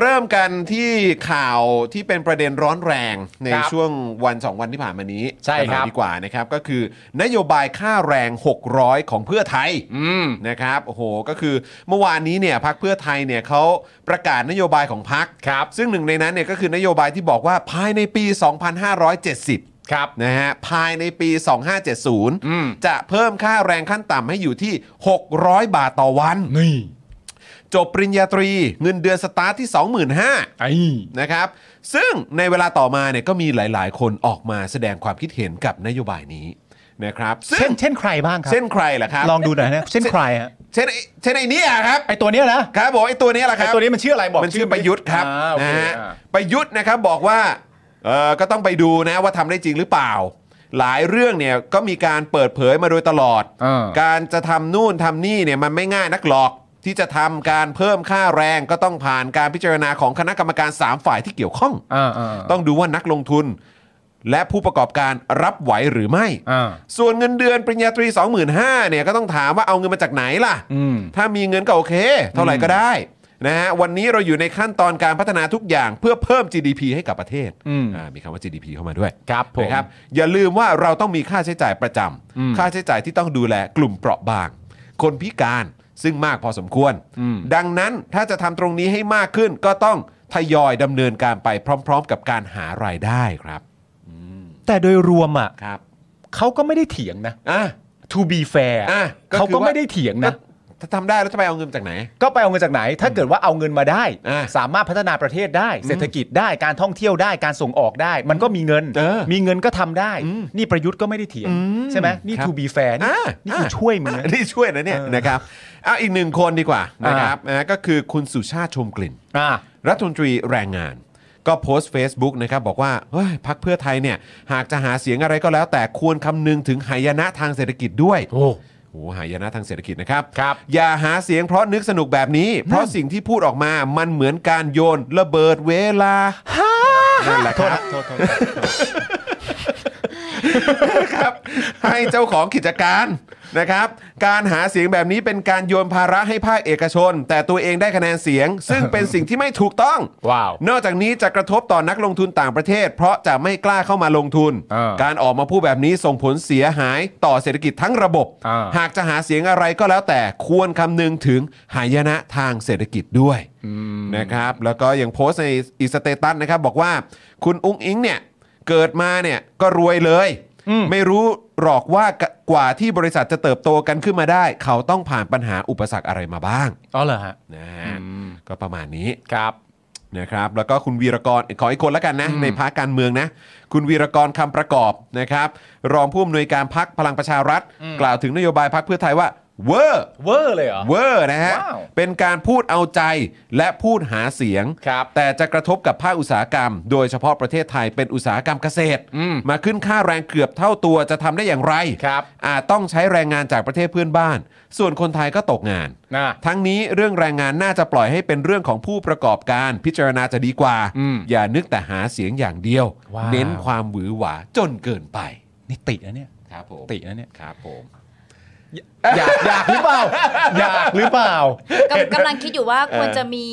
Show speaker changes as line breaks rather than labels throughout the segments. เริ่มกันที่ข่าวที่เป็นประเด็นร้อนแรงใน
ครับ
ช่วงวัน 2 วันที่ผ่านมานี้
ใช่
กันหน่อย
ครับ
ดีกว่านะครับ ก็คือนโยบายค่าแรง 600 ของเพื่อไทย
อืม
นะครับโอ้โหก็คือเมื่อวานนี้เนี่ยพักเพื่อไทยเนี่ยเขาประกาศนโยบายของพัก
ครับ
ซึ่งหนึ่งในนั้นเนี่ยก็คือนโยบายที่บอกว่าภายในปี 2570
ครับ
นะฮะภายในปี
อืม
2570 จะเพิ่มค่าแรงขั้นต่ำให้อยู่ที่ 600 บาทต่อวัน
นี่
จบปริญญาตรีเงินเดือนสตาร์ทที่ 25,000
ไอ้
นะครับ ซึ่งในเวลาต่อมาเนี่ยก็มีหลาย ๆ คนออกมาแสดงความคิดเห็นกับนโยบายนี้นะครับซึ่
เช่
ง
นเช่นใครบ้างครับ
เช่นใครล่ะครับ
ลองดูหน่อยนะ เช่นใครฮะ
เช่นไอ้เช่นไอ้เนี่ยครับ
ไอตัวเนี้ยนะครับ
ผมไอ้ตัวเนี้ยล่ะค
ไอ
รับ
ตัวนี้มันชื่ออะไรบอก
มันชื่อประยุทธ์ครับ
อ่าโอ
นะ
เค
ฮะ
อ่า
ประยุทธ์นะครับบอกว่าเออก็ต้องไปดูนะว่าทำได้จริงหรือเปล่า หลายเรื่องเนี่ยก็มีการเปิดเผยมาโดยตลอด
เออ
การจะทำนู่นทำนี่เนี่ยมันไม่ง่ายนักหรอกที่จะทำการเพิ่มค่าแรงก็ต้องผ่านการพิจารณาของคณะกรรมการ 3 ฝ่ายที่เกี่ยวข้อง
อ่าอ่า
ต้องดูว่านักลงทุน และผู้ประกอบการรับไหวหรือไม่
อ่า
ส่วนเงินเดือนปริญญาตรี 25,000เนี่ยก็ต้องถามว่าเอาเงินมาจากไหนล่ะ
อืม
ถ้ามีเงินก็โอเค เท่าไหร่ก็ได้นะฮะวันนี้เราอยู่ในขั้นตอนการพัฒนาทุกอย่างเพื่อเพิ่ม GDP ให้กับประเทศ
อืม
อ่ามีคำว่า GDP เข้ามาด้วย
ครับผม
นะครับอย่าลืมว่าเราต้องมีค่าใช้จ่ายประจำค่าใช้จ่ายที่ต้องดูแลกลุ่มเปราะบาง คนพิการซึ่งมากพอสมควร
อืม
ดังนั้นถ้าจะทำตรงนี้ให้มากขึ้นก็ต้องทยอยดำเนินการไปพร้อม ๆ กับการหารายได้ครับ
แต่โดยรวมอ่ะ
ครับ
เขาก็ไม่ได้เถียงนะ
อ่ะ
to be fair
อ่ะก็คือว่า
เขาก็ไม่ได้เถียงนะ
ถ้าทำได้แล้วจะไปเอาเงินจากไหน
ก็ไปเอาเงินจากไหน ถ้าเกิดว่าเอาเงินมาได้
อ่า
สามารถพัฒนาประเทศได้ เศรษฐกิจได้การท่องเที่ยวได้การส่งออกได้ มันก็มีเงิน
เออ
มีเงินก็ทำได้ นี่ประยุทธ์ก็ไม่ได้เถียง ใช่ไหมนี่
ครับ
to be fair นี่
อ่า
นี่
อ่า
คือช่วยมึงนะ
อ่านี่ช่วยนะเนี่ย
เออ
นะครับเอาอีกหนึ่งคนดีกว่า
อ่าน
นะครับนะก็คือคุณสุชาติชมกลิ่น
อ่า
รัฐมนตรีแรงงาน ก็โพสต์ Facebook นะครับบอกว่าเฮ้ยพักเพื่อไทยเนี่ย หากจะหาเสียงอะไรก็แล้ว แต่ควรคำนึงถึงหายนะทางเศรษฐกิจด้วยโอ้โหหายนะทางเศรษฐกิจนะครับ
ครับ
อย่าหาเสียงเพราะนึกสนุกแบบนี้ เพราะสิ่งที่พูดออกมามันเหมือนการโยนระเบิดเวลานั่นแหละครับ
โทษโทษ
ครับให้เจ้าของกิจการนะครับ การหาเสียงแบบนี้เป็นการโยนภาระให้ภาคเอกชน แต่ตัวเองได้คะแนนเสียง ซึ่งเป็นสิ่งที่ไม่ถูกต้อง
ว้าวน
อกจากนี้จะกระทบต่อนักลงทุนต่างประเทศ เพราะจะไม่กล้าเข้ามาลงทุน
เออ
การออกมาพูดแบบนี้ส่งผลเสียหายต่อเศรษฐกิจทั้งระบบ
เออ
หากจะหาเสียงอะไรก็แล้วแต่ควรคำนึงถึงหายนะทางเศรษฐกิจด้วยนะครับแล้วก็ยังโพสต์ในอีสเตตัสนะครับบอกว่าคุณอุ้งอิงเนี่ย เกิดมาเนี่ยก็รวยเลย ไม่รู้หรอกว่ากกว่าที่บริษัทจะเติบโตกันขึ้นมาได้ เขาต้องผ่านปัญหาอุปสรรคอะไรมาบ้าง
อ๋อเหรอฮะ
นะฮะก็ประมาณนี้
ครับ
นะครับแล้วก็คุณวีรกรขออีกคนละกันนะในพักการเมืองนะ คุณวีรกรคำประกอบนะครับ รองผู้อำนวยการพักพลังประชารัฐ กล่าวถึงนโยบายพักเพื่อไทยว่าเวอร์
เวอร์เลยเหรอ
เวอร์นะฮะ
ว้าว
เป็นการพูดเอาใจและพูดหาเสียง
ครับ
แต่จะกระทบกับภาคอุตสาหกรรม โดยเฉพาะประเทศไทยเป็นอุตสาหกรรมเกษตร
อืม
มาขึ้นค่าแรงเกือบเท่าตัวจะทำได้อย่างไร
ครับ
อาจต้องใช้แรงงานจากประเทศเพื่อนบ้าน ส่วนคนไทยก็ตกงาน
นะ
ทั้งนี้เรื่องแรงงานน่าจะปล่อยให้เป็นเรื่องของผู้ประกอบการพิจารณาจะดีกว่า
อืม
อย่านึกแต่หาเสียงอย่างเดียว
ว้าว
เน้นความหวือหวาจนเกินไป
นี่ตินะเนี่ย
ครับผม
ตินะเนี่ย
ครับผม
อยากอยากหรือเปล่า อยากหรือเปล่า
กำกำลังคิดอยู่ว่าควรจะมี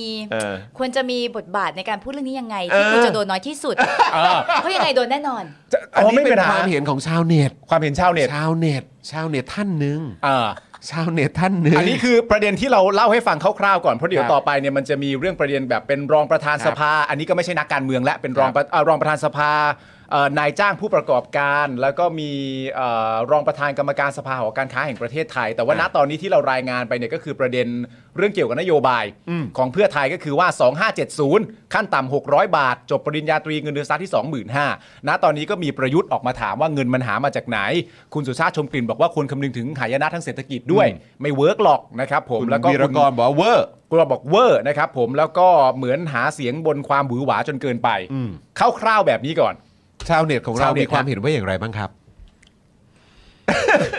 ควรจะมีบทบาทในการพูดเรื่องนี้ยังไง ที่คุณจะโดนน้อยที่สุด เพราะยังไงโดนแน่นอน
จะ
อัน
อ๋อ
นี้
ไม่
เป็
เป็น น
ความเห็นของชาวเน็ต
ความเห็นชาวเน็ต
ชาวเน็ตชาวเน็ตท่านหนึ่ง
อ่า
ชาวเน็ตท่านหนึ่ง
อันนี้คือประเด็นที่เราเล่าให้ฟังคร่าวๆก่อนเพราะเดี๋ยว
ครับ
ต่อไปเนี่ยมันจะมีเรื่องประเด็นแบบเป็นรองประธานสภา อันนี้ก็ไม่ใช่นักการเมืองและเป็นรอง
ครับ
เอ่อรองประธานสภาเอ่อนายจ้างผู้ประกอบการ แล้วก็มีเอ่อรองประธานกรรมการสภาหอการค้าแห่งประเทศไทย แต่ว่าณตอนนี้ที่เรารายงานไปเนี่ยก็คือประเด็นเรื่องเกี่ยวกับนโยบายของเพื่อไทยก็คือว่า 2570 ขั้นต่ำ600 บาท จบปริญญาตรีเงินเดือนสตาร์ทที่ 25,000ณตอนนี้ก็มีประยุทธ์ออกมาถามว่าเงินมันหามาจากไหน คุณสุชาติชมกลิ่นบอกว่าควรคำนึงถึงหายนะทางเศรษฐกิจด้วย ไม่เวิร์กหรอกนะครับผม
คุณ
แล้วก็
วีร
คุณ
กรบอกว่าเวอร์
กลัวบอกเวอร์นะครับผมแล้วก็เหมือนหาเสียงบนความบือหวาจนเกินไป
อืม
คร่าวๆแบบนี้ก่อน
ชาวเน็ตของเรา
ชาวเน็ต
มีความเห็นว่าอย่างไรบ้างครับ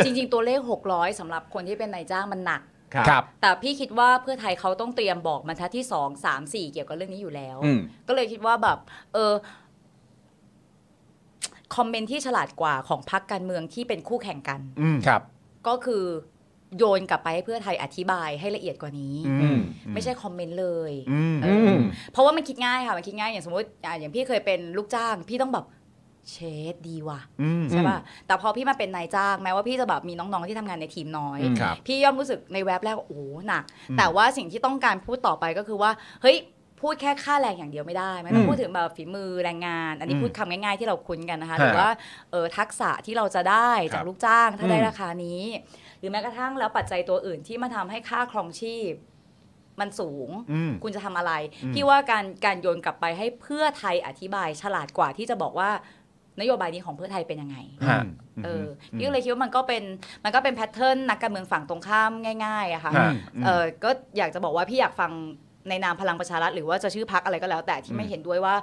จริง ๆ ตัวเลข 600สำหรับคนที่เป็นนายจ้างมันหนัก
ครับ
แต่พี่คิดว่าเพื่อไทยเขาต้องเตรียมบอกบรรทัดที่ 2 3 4 เกี่ยวกับเรื่องนี้อยู่แล้ว
อืม
ก็เลยคิดว่าแบบ เออคอมเมนต์ที่ฉลาดกว่าของพรรคการเมืองที่เป็นคู่แข่งกัน
ครับ
ก็คือ โยนกลับไปให้เพื่อไทยอธิบายให้ละเอียดกว่านี้
อื
อื
ม
ม
ไม่ใช่คอมเมนต์เลย
อืม
อืม
เพราะว่ามันคิดง่ายค่ะ มันคิดง่ายอย่างสมมติอ่ะอย่างพี่เคยเป็นลูกจ้าง พี่ต้องแบบเชดดีว่ะ
อืม
ใช่ป่ะแต่พอพี่มาเป็นนายจ้างแม้ว่าพี่จะแบบมีน้องๆที่ทำงานในทีมน้อย
อืมครับ
พี่ย่อมรู้สึกในแว็บแรกว่าโอ้โหหนัก แต่ว่าสิ่งที่ต้องการพูดต่อไปก็คือว่า เฮ้ย พูดแค่ค่าแรงอย่างเดียวไม่ได้มันต้อ
อื
ง
ม
พูดถึงแบบฝีมือแรงงาน อันนี้
อืม
พูดคำง่ายๆที่เราคุ้นกันนะคะ
ฮะ
หรือว่าเออทักษะที่เราจะได้จากลูกจ้างถ้าได้
อืม
ราคานี้ หรือแม้กระทั่งแล้วปัจจัยตัวอื่นที่มาทำให้ค่าครองชีพ มันสูง
อืม
คุณจะทำอะไร
อืม
พี่ว่าการการโยนกลับไปให้เพื่อไทยอธิบายฉลาดกว่าที่จะบอกว่านโยบายนี้ของเพื่อไทยเป็นยังไง
ฮะ
เอออพี่ก็เลยคิดว่ามันก็เป็นมันก็เป็นแพทเทิร์นนักการเมืองฝั่งตรงข้ามง่ายๆอะค่ะ
ฮะ
เออก็อยากจะบอกว่าพี่อยากฟังในนามพลังประชารัฐหรือว่าจะชื่อพักอะไรก็แล้ว แต่ที่ไม่เห็นด้วยว่า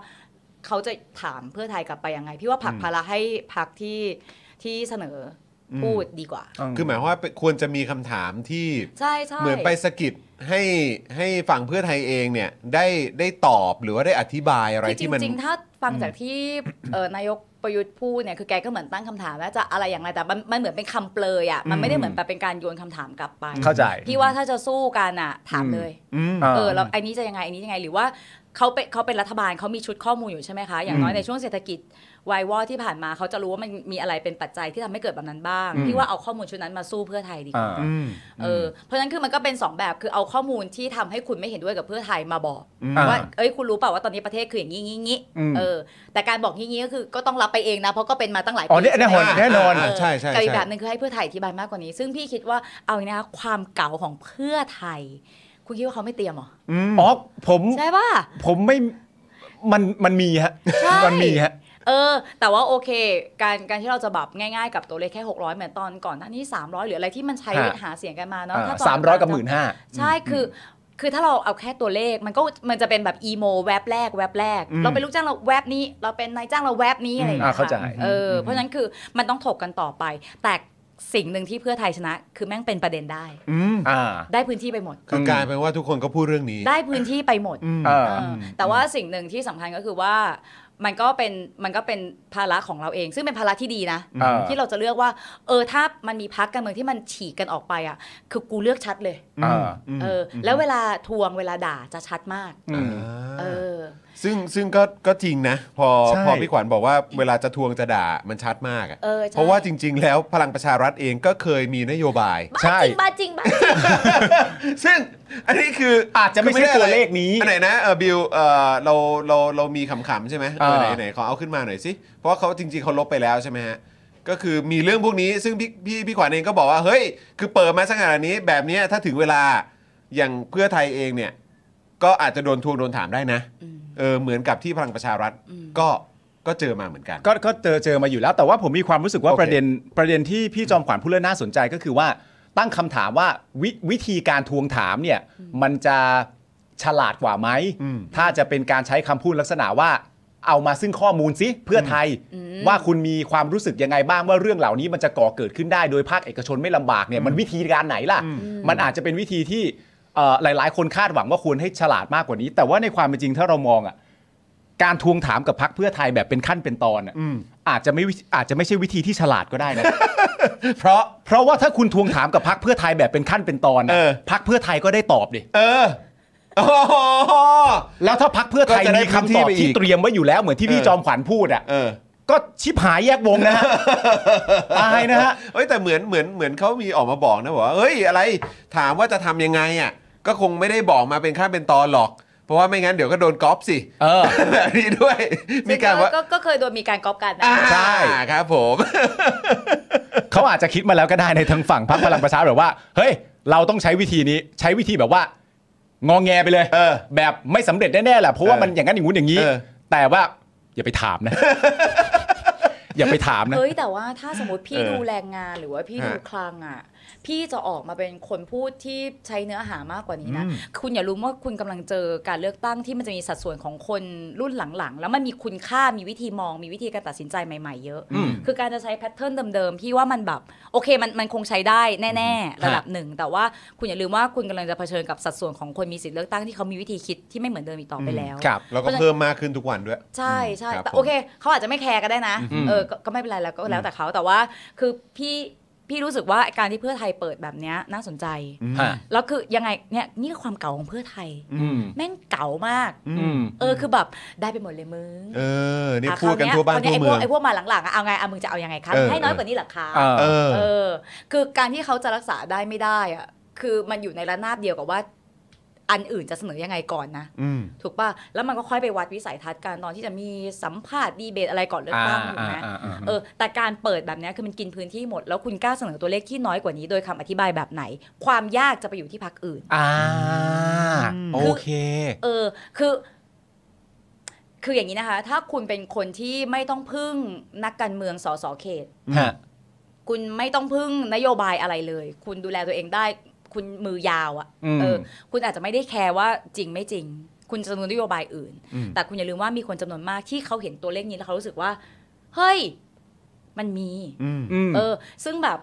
เขาจะถามเพื่อไทยกลับไปยังไง พี่ว่าผลัก
อืม
ภาระให้พักที่ที่เสนออพูดดีกว่า
คือหมายความว่าเป็นควรจะมีคำถามที่
ใช่ใช่
เหมือนไปสะกิดให้ให้ฝั่งเพื่อไทยเองเนี่ยได้ได้ตอบหรือว่าได้อธิบายอะไร
คือจ
ที่มัน
ริงๆ ถ้าฟังจากที่เอ่อนายกประยุทธ์พูดเนี่ยคือแกก็เหมือนตั้งคำถามว่าจะอะไรอย่างไรแต่มันมันเหมือนเป็นคำเปลยอะมันไม่ได้เหมือนแบบเป็นการโยนคำถามกลับไป
เข้าใจ
พี่ว่าถ้าจะสู้กันอะถามเลย
อืม
อ่า
เออแล้วไอ้นี้จะยังไงไอ้นี้ยังไงหรือว่าเขาเป็นเขาเป็นรัฐบาลเขามีชุดข้อมูลอยู่ใช่ไหมคะอย่างน้อยในช่วงเศรษฐกิจวายวอดที่ผ่านมาเขาจะรู้ว่ามันมีอะไรเป็นปัจจัยที่ทำให้เกิดแบบนั้นบ้าง
อืม
พี่ว่าเอาข้อมูลชุดนั้นมาสู้เพื่อไทยดีก
อ่า
ว่า
อืม
เออเพราะฉะนั้นคือมันก็เป็นสองแบบคือเอาข้อมูลที่ทำให้คุณไม่เห็นด้วยกับเพื่อไทยมาบอก
อ่า
ว่าเอ้ยคุณรู้เปล่าว่าตอนนี้ประเทศคืออย่างนี้งี้งี้
อืม
เออแต่การบอกงี้งี้ก็คือก็ต้องรับไปเองนะเพราะก็เป็นมาตั้งหลาย
อ๋อ
ปี
เนี่ยแน่นอนแน่นอน
อ่า ใช่ใช่
กับอีก
ใช่
แบบหนึ่งคือให้เพื่อไทยอธิบายมากกว่านี้ ซึ่งพี่คิดว่าเอาอย่างนี้นะคะความเก่าของเพื่อไทย คุณคิดว่าเขาไม่เตรียมเหรอ
อ๋อผม
ใช่ป่ะ
ผมไม่มันมันมีฮะ
ใช่
มันมีฮะ
เออ แต่ว่าโอเค การการที่เราจะแบบง่ายๆ กับตัวเลขแค่ 600 เหมือนตอนก่อนหน้านี้ 300 หรืออะไรที่มันใช้
ฮะ
หาเสียงกันมาเนาะถ้ตน
สามร้อยกับหมื่นห้า
ใช่คือ คือถ้าเราเอาแค่ตัวเลขมันก็มันจะเป็นแบบอีโมแวบแรกแวบแรก
อืม
เราเป็นลูกจ้างเราแวบนี้ เราเป็นนายจ้างเราแวบนี้อะไรอย่างเงี้ย
อ่าเข้าใจ
ค่ะเอออ
ม
เพราะฉะนั้นคือมันต้องถกกันต่อไป แต่สิ่งหนึ่งที่เพื่อไทยชนะ คือแม่งเป็นประเด็นได้
อืม
อ่า
ได้พื้นที่ไปหมด
คือกลายเป็นว่าทุกคนก็พูดเรื่องนี้
ได้พื้นที่ไปหมด
อืม
เออ
เออแต่ว่าสิ่งหนึ่งที่สำคัญก็คือว่า มันก็เป็นมันก็เป็นภาระของเราเอง ซึ่งเป็นภาระที่ดีนะ
เออ
ที่เราจะเลือกว่า เออถ้ามันมีพักการเมืองที่มันฉีกกันออกไปอ่ะ คือกูเลือกชัดเลย
อ่า
ม
เอออแล้วเวลาทวงเวลาด่าจะชัดมาก
อืม
เออ
ซึ่งซึ่งก็ก็จริงนะ พอ
ใช่
พอพี่ขวัญบอกว่าเวลาจะทวงจะด่ามันชัดมากอะ
เออใช่
เพราะว่าจริง ๆ แล้วพลังประชารัฐเองก็เคยมีนโยบาย
ใช่
บ้าจริงบ้าจริงบ้าจริง
ซึ่งอันนี้คือ
อาจจะไม่ใช่ตัวเลขนี้
อันไหนนะเออบิลเออเราเราเรามีขำๆใช่ไหมเออ
เออ
ไหนไหนขอเอาขึ้นมาหน่อยสิ เพราะว่าเขาจริงๆเขาลบไปแล้วใช่ไหมฮะ ก็คือมีเรื่องพวกนี้ซึ่งพี่พี่พี่ขวัญเองก็บอกว่า เฮ้ย คือเปิดมาสักขนาดนี้แบบเนี้ยถ้าถึงเวลาอย่างเพื่อไทยเองเนี่ย ก็อาจจะโดนทวงโดนถามได้นะ
อืม
เออเหมือนกับที่พลังประชารัฐก็ก็เจอมาเหมือนกัน
ก็ก็เจอเจอมาอยู่แล้ว แต่ว่าผมมีความรู้สึกว่า
โอเค
ประเด็นประเด็นที่พี่จอมขวัญพูดเรื่องน่าสนใจก็คือว่าตั้งคำถามว่าวิวิธีการทวงถามเนี่ยมันจะฉลาดกว่าไหม ถ้าจะเป็นการใช้คำพูดลักษณะว่า เอามาซึ่งข้อมูลสิเพื่อไทย ว่าคุณมีความรู้สึกยังไงบ้างว่าเรื่องเหล่านี้มันจะก่อเกิดขึ้นได้โดยภาคเอกชนไม่ลำบากเนี่ยมันวิธีการไหนล่ะ มันอาจจะเป็นวิธีที่เอ่อหลาย ๆ คนคาดหวังว่าควรให้ฉลาดมากกว่านี้ แต่ว่าในความเป็นจริงถ้าเรามองอ่ะ การทวงถามกับพักเพื่อไทยแบบเป็นขั้นเป็นตอนอะอาจจะไม่วิอาจจะไม่ใช่วิธีที่ฉลาดก็ได้นะ เพราะเพราะว่าถ้าคุณทวงถามกับพักเพื่อไทยแบบเป็นขั้นเป็นตอนอะ
เออ
พักเพื่อไทยก็ได้ตอบดิ
เออโอ้โห
แล้วถ้าพักเพื่อไทย
ก็จะได้
มีคำตอบ
พื้นที่ไปอีก
ที่เตรียมไว้อยู่แล้วเหมือนที่พี่
เออ
จอมขวัญพูดอ่ะ
เออ
ก็ชิบหายแยกวงนะฮะ ตายนะฮะ
เอ้ยแต่เหมือนเหมือนเหมือนเขามีออกมาบอกนะบอกว่าเอ้ยอะไรถามว่าจะทำยังไงอ่ะก็คงไม่ได้บอกมาเป็นขั้นเป็นตอนหรอก เพราะว่าไม่งั้นเดี๋ยวก็โดนก๊อปสิ
เออ
แบบนี้ด้วย มีการว่า
ก็ก็เคยโดนมีการก๊อปกันนะ
อ่า
ใช่
ครับผม
เขาอาจจะคิดมาแล้วก็ได้ในทางฝั่งพรรคพลังประชารัฐแบบว่า เฮ้ย เราต้องใช้วิธีนี้ใช้วิธีแบบว่างองแงไปเลย
เออ
แบบไม่สำเร็จแน่ๆแหละเพราะว่ามันอย่างนั้นอย่างงู้นอย่างนี้
เออ
แต่ว่าอย่าไปถามนะ อย่าไปถามนะ
เฮ้ยแต่ว่าถ้าสมมติพี่
เออ
ดูแรงงานหรือว่าพี่
ฮะ
ดูคลังอ่ะ พี่จะออกมาเป็นคนพูดที่ใช้เนื้อหามากกว่านี้นะ
อืม
คุณอย่าลืมว่าคุณกำลังเจอการเลือกตั้งที่มันจะมีสัดส่วนของคนรุ่นหลังๆ แล้วมันมีคุณค่ามีวิธีมอง มีวิธีการตัดสินใจใหม่ ๆ เยอะ
อืม
คือการจะใช้แพทเทิร์นเดิมๆ พี่ว่ามันแบบ โอเคมันมันคงใช้ได้แน่ๆ ระดับหนึ่ง แต่ว่าคุณอย่าลืมว่าคุณกำลังจะเผชิญกับสัดส่วนของคนมีสิทธิเลือกตั้งที่เขามีวิธีคิดที่ไม่เหมือนเดิมอีกต่อไปแล้ว
ครับ
แล้วก็เพิ่มมากขึ้นทุกวันด้วย
ใช่ใช่
ครับ
แต่
ผม
โอเคเขาอาจจะไม่แคร์ก็ได้นะ
อืม
เออก็ก็ไม่เป็นไรแล้วก็แล้วแต่เขาแต่ว่า คือพี่ พี่รู้สึกว่าการที่เพื่อไทยเปิดแบบเนี้ยน่าสนใจ
อืม
ฮะ
แล้วคือยังไงเนี่ยนี่คือความเก่าของเพื่อไทย
อืม
แม่งเก่ามาก
อืม
เออคือแบบได้ไปหมดเลยมึง
เออ นี่
อ่ะ
พูดกันทั่วบ้าน
ค
ทั่ว
ราว
เมื
เนี้ย
อง
ไอ้พวกไอ้พวกมาหลังๆอะเอาไงเอามึงจะเอายังไงครับ
เออ
ให้น้อยกว่านี้เหรอคะ
เออ
เออ
เออ คือการที่เขาจะรักษาได้ไม่ได้อะคือมันอยู่ในระนาบเดียวกับว่า อันอื่นจะเสนอยังไงก่อนนะ
อืม
ถูกป่ะ แล้วมันก็ค่อยไปวัดวิสัยทัศน์กันตอนที่จะมีสัมภาษณ์ดีเบตอะไรก่อนเลือก
อ่า
ตั้งถูก
อ่า
ไหม
อ่าอ่า
เออ แต่การเปิดแบบเนี้ยคือมันกินพื้นที่หมด แล้วคุณกล้าเสนอตัวเลขที่น้อยกว่านี้โดยคำอธิบายแบบไหน ความยากจะไปอยู่ที่พักอื่น
อ่า
อืม
โอเค
เออ คือ คืออย่างนี้นะคะ ถ้าคุณเป็นคนที่ไม่ต้องพึ่งนักการเมืองสสเขต
ฮะ
คุณไม่ต้องพึ่งนโยบายอะไรเลย คุณดูแลตัวเองได้ คุณมือยาวอะ
อืม
เออ คุณอาจจะไม่ได้แคร์ว่าจริงไม่จริง คุณจะสนุนนโยบายอื่น
อืม
แต่คุณอย่าลืมว่ามีคนจำนวนมากที่เขาเห็นตัวเลขนี้แล้วเขารู้สึกว่า เฮ้ย มันมี
อืม
อืม
เออ ซึ่งแบบ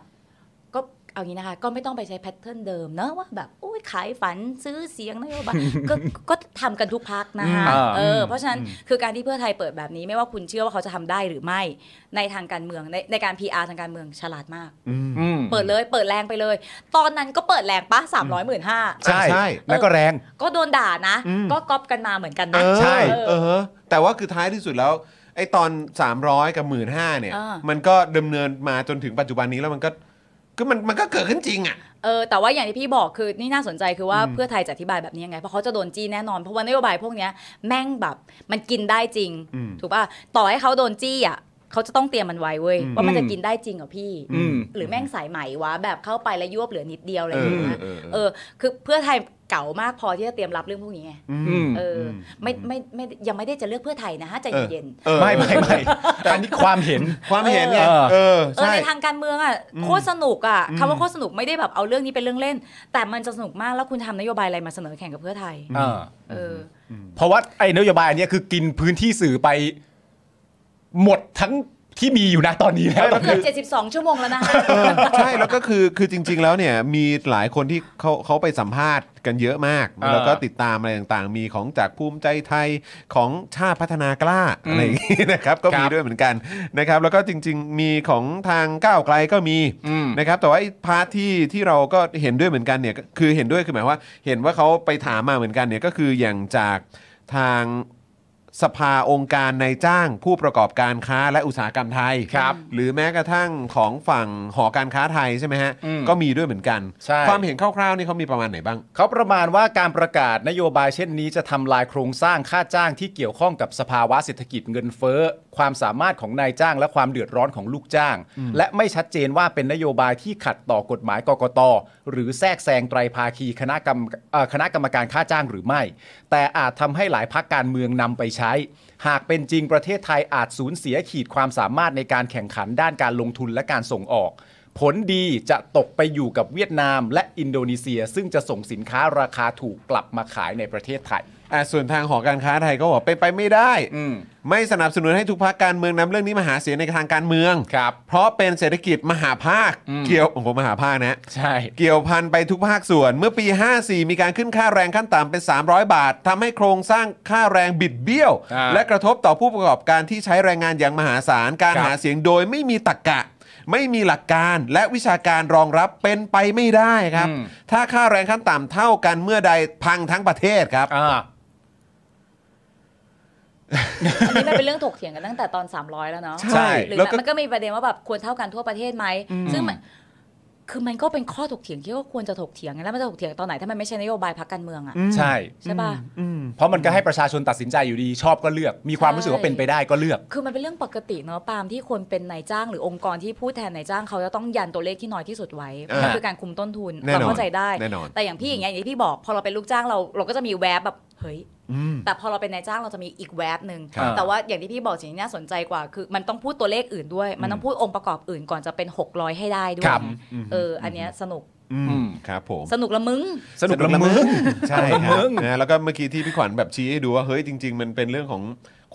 ก็เอางี้นะคะ ก็ไม่ต้องไปใช้แพทเทิร์นเดิมเนอะว่าแบบโอ้ยขายฝันซื้อเสียงนโยบาย ก็ก็ทำกันทุกพักนะคะ
อืมอ่า
เออเพราะฉะนั้นคือการที่เพื่อไทยเปิดแบบนี้ไม่ว่าคุณเชื่อว่าเขาจะทำได้หรือไม่ในทางการเมืองในในการ PR ทางการเมืองฉลาดมาก
อืม
อืม
เปิดเลยเปิดแรงไปเลย ตอนนั้นก็เปิดแรงปะสามร้อยหมื่นห้า
ใช่
ใช่
แล้วก็แรง
ก็โดนด่านะ
อืม
ก็ก๊อปกันมาเหมือนกัน
เอ
นะ
อ
ใช่
เออฮะแต่ว่าคือท้ายที่สุดแล้ว ไอ้ตอน 300 กับ 1 5ื่นเนี่ย
อ่ามั
มันก็ดำเนินมาจนถึงปัจจุบันนี้แล้วมันก็ก็มันมันก็เกิดขึ้นจริงอ่ะ
เออแต่ว่าอย่างที่พี่บอกคือนี่น่าสนใจคือว่าเพื่อไทยจะอธิบายแบบนี้ยังไง เพราะเขาจะโดนจี้แน่นอน เพราะว่านโยบายพวกเนี้ยแม่งแบบมันกินได้จริง
อืม
ถูกป่ะต่อให้เขาโดนจี้อ่ะเขาจะต้องเตรียมมันไว้เว้ย
อืม
ว่ามันจะกินได้จริงเหรอพี่
อืม
หรือแม่งสายไหมวะแบบเข้าไปแล้วยวบเหลือนิดเดียวอะไร
เอ
อย่าง
อ
เงี้ย
เออ
เออคือเพื่อไทยเก่ามากพอที่จะเตรียมรับเรื่องพวกนี้ไง
อืม
เอออ
ม
ไม่ไม่ไม่ยังไม่ได้จะเลือกเพื่อไทยนะฮะใจเย็นๆ
เออ
ไม่ไม่ไม่อันนี้ความเห็น
ความเห็นไง
เออ
เออ
เออ
ใช่
ในทางการเมืองอ่ะโคตรสนุกอ่ะ
อืม
คำว่าโคตรสนุกไม่ได้แบบเอาเรื่องนี้เป็นเรื่องเล่น แต่มันจะสนุกมากแล้วคุณทำนโยบายอะไรมาเสนอแข่งกับเพื่อไทย
เออ
เออ
เพราะว่าไอ้นโยบายอันเนี้ยคือกินพื้นที่สื่อไป หมดทั้งที่มีอยู่นะตอนนี้แล้ว
เกือบ 72 ชั่วโมงแล้วนะคะ
เออใช่แล้วก็คือคือจริง ๆ แล้วเนี่ยมีหลายคนที่เขาเขาไปสัมภาษณ์กันเยอะมาก
อ่า
แล้วก็ติดตามอะไรต่างๆ มีของจากภูมิใจไทยของชาติพัฒนากล้าอะไรอย่างงี้นะครับก็มี
ครับ
ด้วยเหมือนกันนะครับ แล้วก็จริง ๆ มีของทางก้าวไกลก็มี
อืม
นะครับแต่ว่าไอ้พาร์ทที่ที่เราก็เห็นด้วยเหมือนกันเนี่ยก็คือเห็นด้วยคือหมายว่า เห็นว่าเขาไปถามมาเหมือนกันเนี่ยก็คืออย่างจากทางสภาองค์การนายจ้างผู้ประกอบการค้าและอุตสาหกรรมไทย
ครับ
หรือแม้กระทั่งของฝั่งหอการค้าไทยใช่ไหมฮะ
อืม
ก็มีด้วยเหมือนกัน
ใช่
ความเห็นคร่าวๆนี่เขามีประมาณไหนบ้าง
เขาประมาณว่าการประกาศนโยบายเช่นนี้จะทำลายโครงสร้างค่าจ้างที่เกี่ยวข้องกับสภาวะเศรษฐกิจเงินเฟ้อ ความสามารถของนายจ้างและความเดือดร้อนของลูกจ้าง และไม่ชัดเจนว่าเป็นนโยบายที่ขัดต่อกฎหมายกกต หรือแทรกแซงไตรภาคีคณะกรรมเอ่อคณะกรรมการค่าจ้างหรือไม่ แต่อาจทำให้หลายพักการเมืองนำไปใช้ หากเป็นจริงประเทศไทยอาจสูญเสียขีดความสามารถในการแข่งขันด้านการลงทุนและการส่งออก ผลดีจะตกไปอยู่กับเวียดนามและอินโดนีเซีย ซึ่งจะส่งสินค้าราคาถูกกลับมาขายในประเทศไทย
อ่ะส่วนทางหอการค้าไทยก็บอกเป็นไปไม่ได้
อืม
ไม่สนับสนุนให้ทุกพรรคการเมืองนำเรื่องนี้มาหาเสียงในทางการเมือง
ครับ
เพราะเป็นเศรษฐกิจมหาภาค
อืม
เกี่ยวผมมหาภาคนะ
ใช่
เกี่ยวพันไปทุกภาคส่วน เมื่อปี 54 มีการขึ้นค่าแรงขั้นต่ำเป็น 300 บาททำให้โครงสร้างค่าแรงบิดเบี้ยว
อ่า
และกระทบต่อผู้ประกอบการที่ใช้แรงงานอย่างมหาศาล การ
ครับ
หาเสียงโดยไม่มีตรกกะ ไม่มีหลักการและวิชาการรองรับเป็นไปไม่ได้ครับ
อืม
ถ้าค่าแรงขั้นต่ำเท่ากันเมื่อใดพังทั้งประเทศครับ
อ่า
อันนี้มันเป็นเรื่องถกเถียงกันตั้งแต่ตอน 300 แล้วเนาะ
ใช่
หรือ
แล้ว
แบ
ก็
บมันก็มีประเด็นว่าแบบควรเท่ากันทั่วประเทศไหมซึ่งมันคือมันก็เป็นข้อถกเถียงที่ว่าควรจะถกเถียงกันแล้วมันจะถกเถียงตอนไหนถ้ามันไม่ใช่นโยบายพรรคการเมืองอะ
ใช่
ใช่ป่ะ
เพราะมันก็ให้ประชาชนตัดสินใจอยู่ดี ชอบก็เลือก มีความรู้สึกว่าเป็นไปได้ก็เลือก
คือมันเป็นเรื่องปกติเนาะปาล์มที่คนเป็นนายจ้างหรือองค์กรที่พูดแทนนายจ้างเขาจะต้องยันตัวเลขที่น้อยที่สุดไว้
อ่า
มันคือการคุมต้นทุน
แน่นอ
เรา
น
เข้าใจได้
แน่นอน
แต่อย่างพี่อย่างเงี้ยอย่างที่พี่บอก พอเราเป็นลูกจ้างเราเราก็จะมีแวบแบบเฮ้ย แต่พอเราเป็นนายจ้างเราจะมีอีกแวบหนึ่ง
ครับ
แต่ว่าอย่างที่พี่บอกสิ่งที่น่าสนใจกว่า คือมันต้องพูดตัวเลขอื่นด้วย มันต้องพูดองค์ประกอบอื่นก่อนจะเป็น 600 ให้ได้ด้วยนะเอออันเนี้ยสนุก
อืมครับผม
สนุกละมึง
สนุกละมึง
ใช่ครั
ละมึ
บ
ง
นะแล้วก็เมื่อกี้ที่พี่ขวัญแบบชี้ให้ดูว่าเฮ้ยจริง ๆ มันเป็นเรื่องของ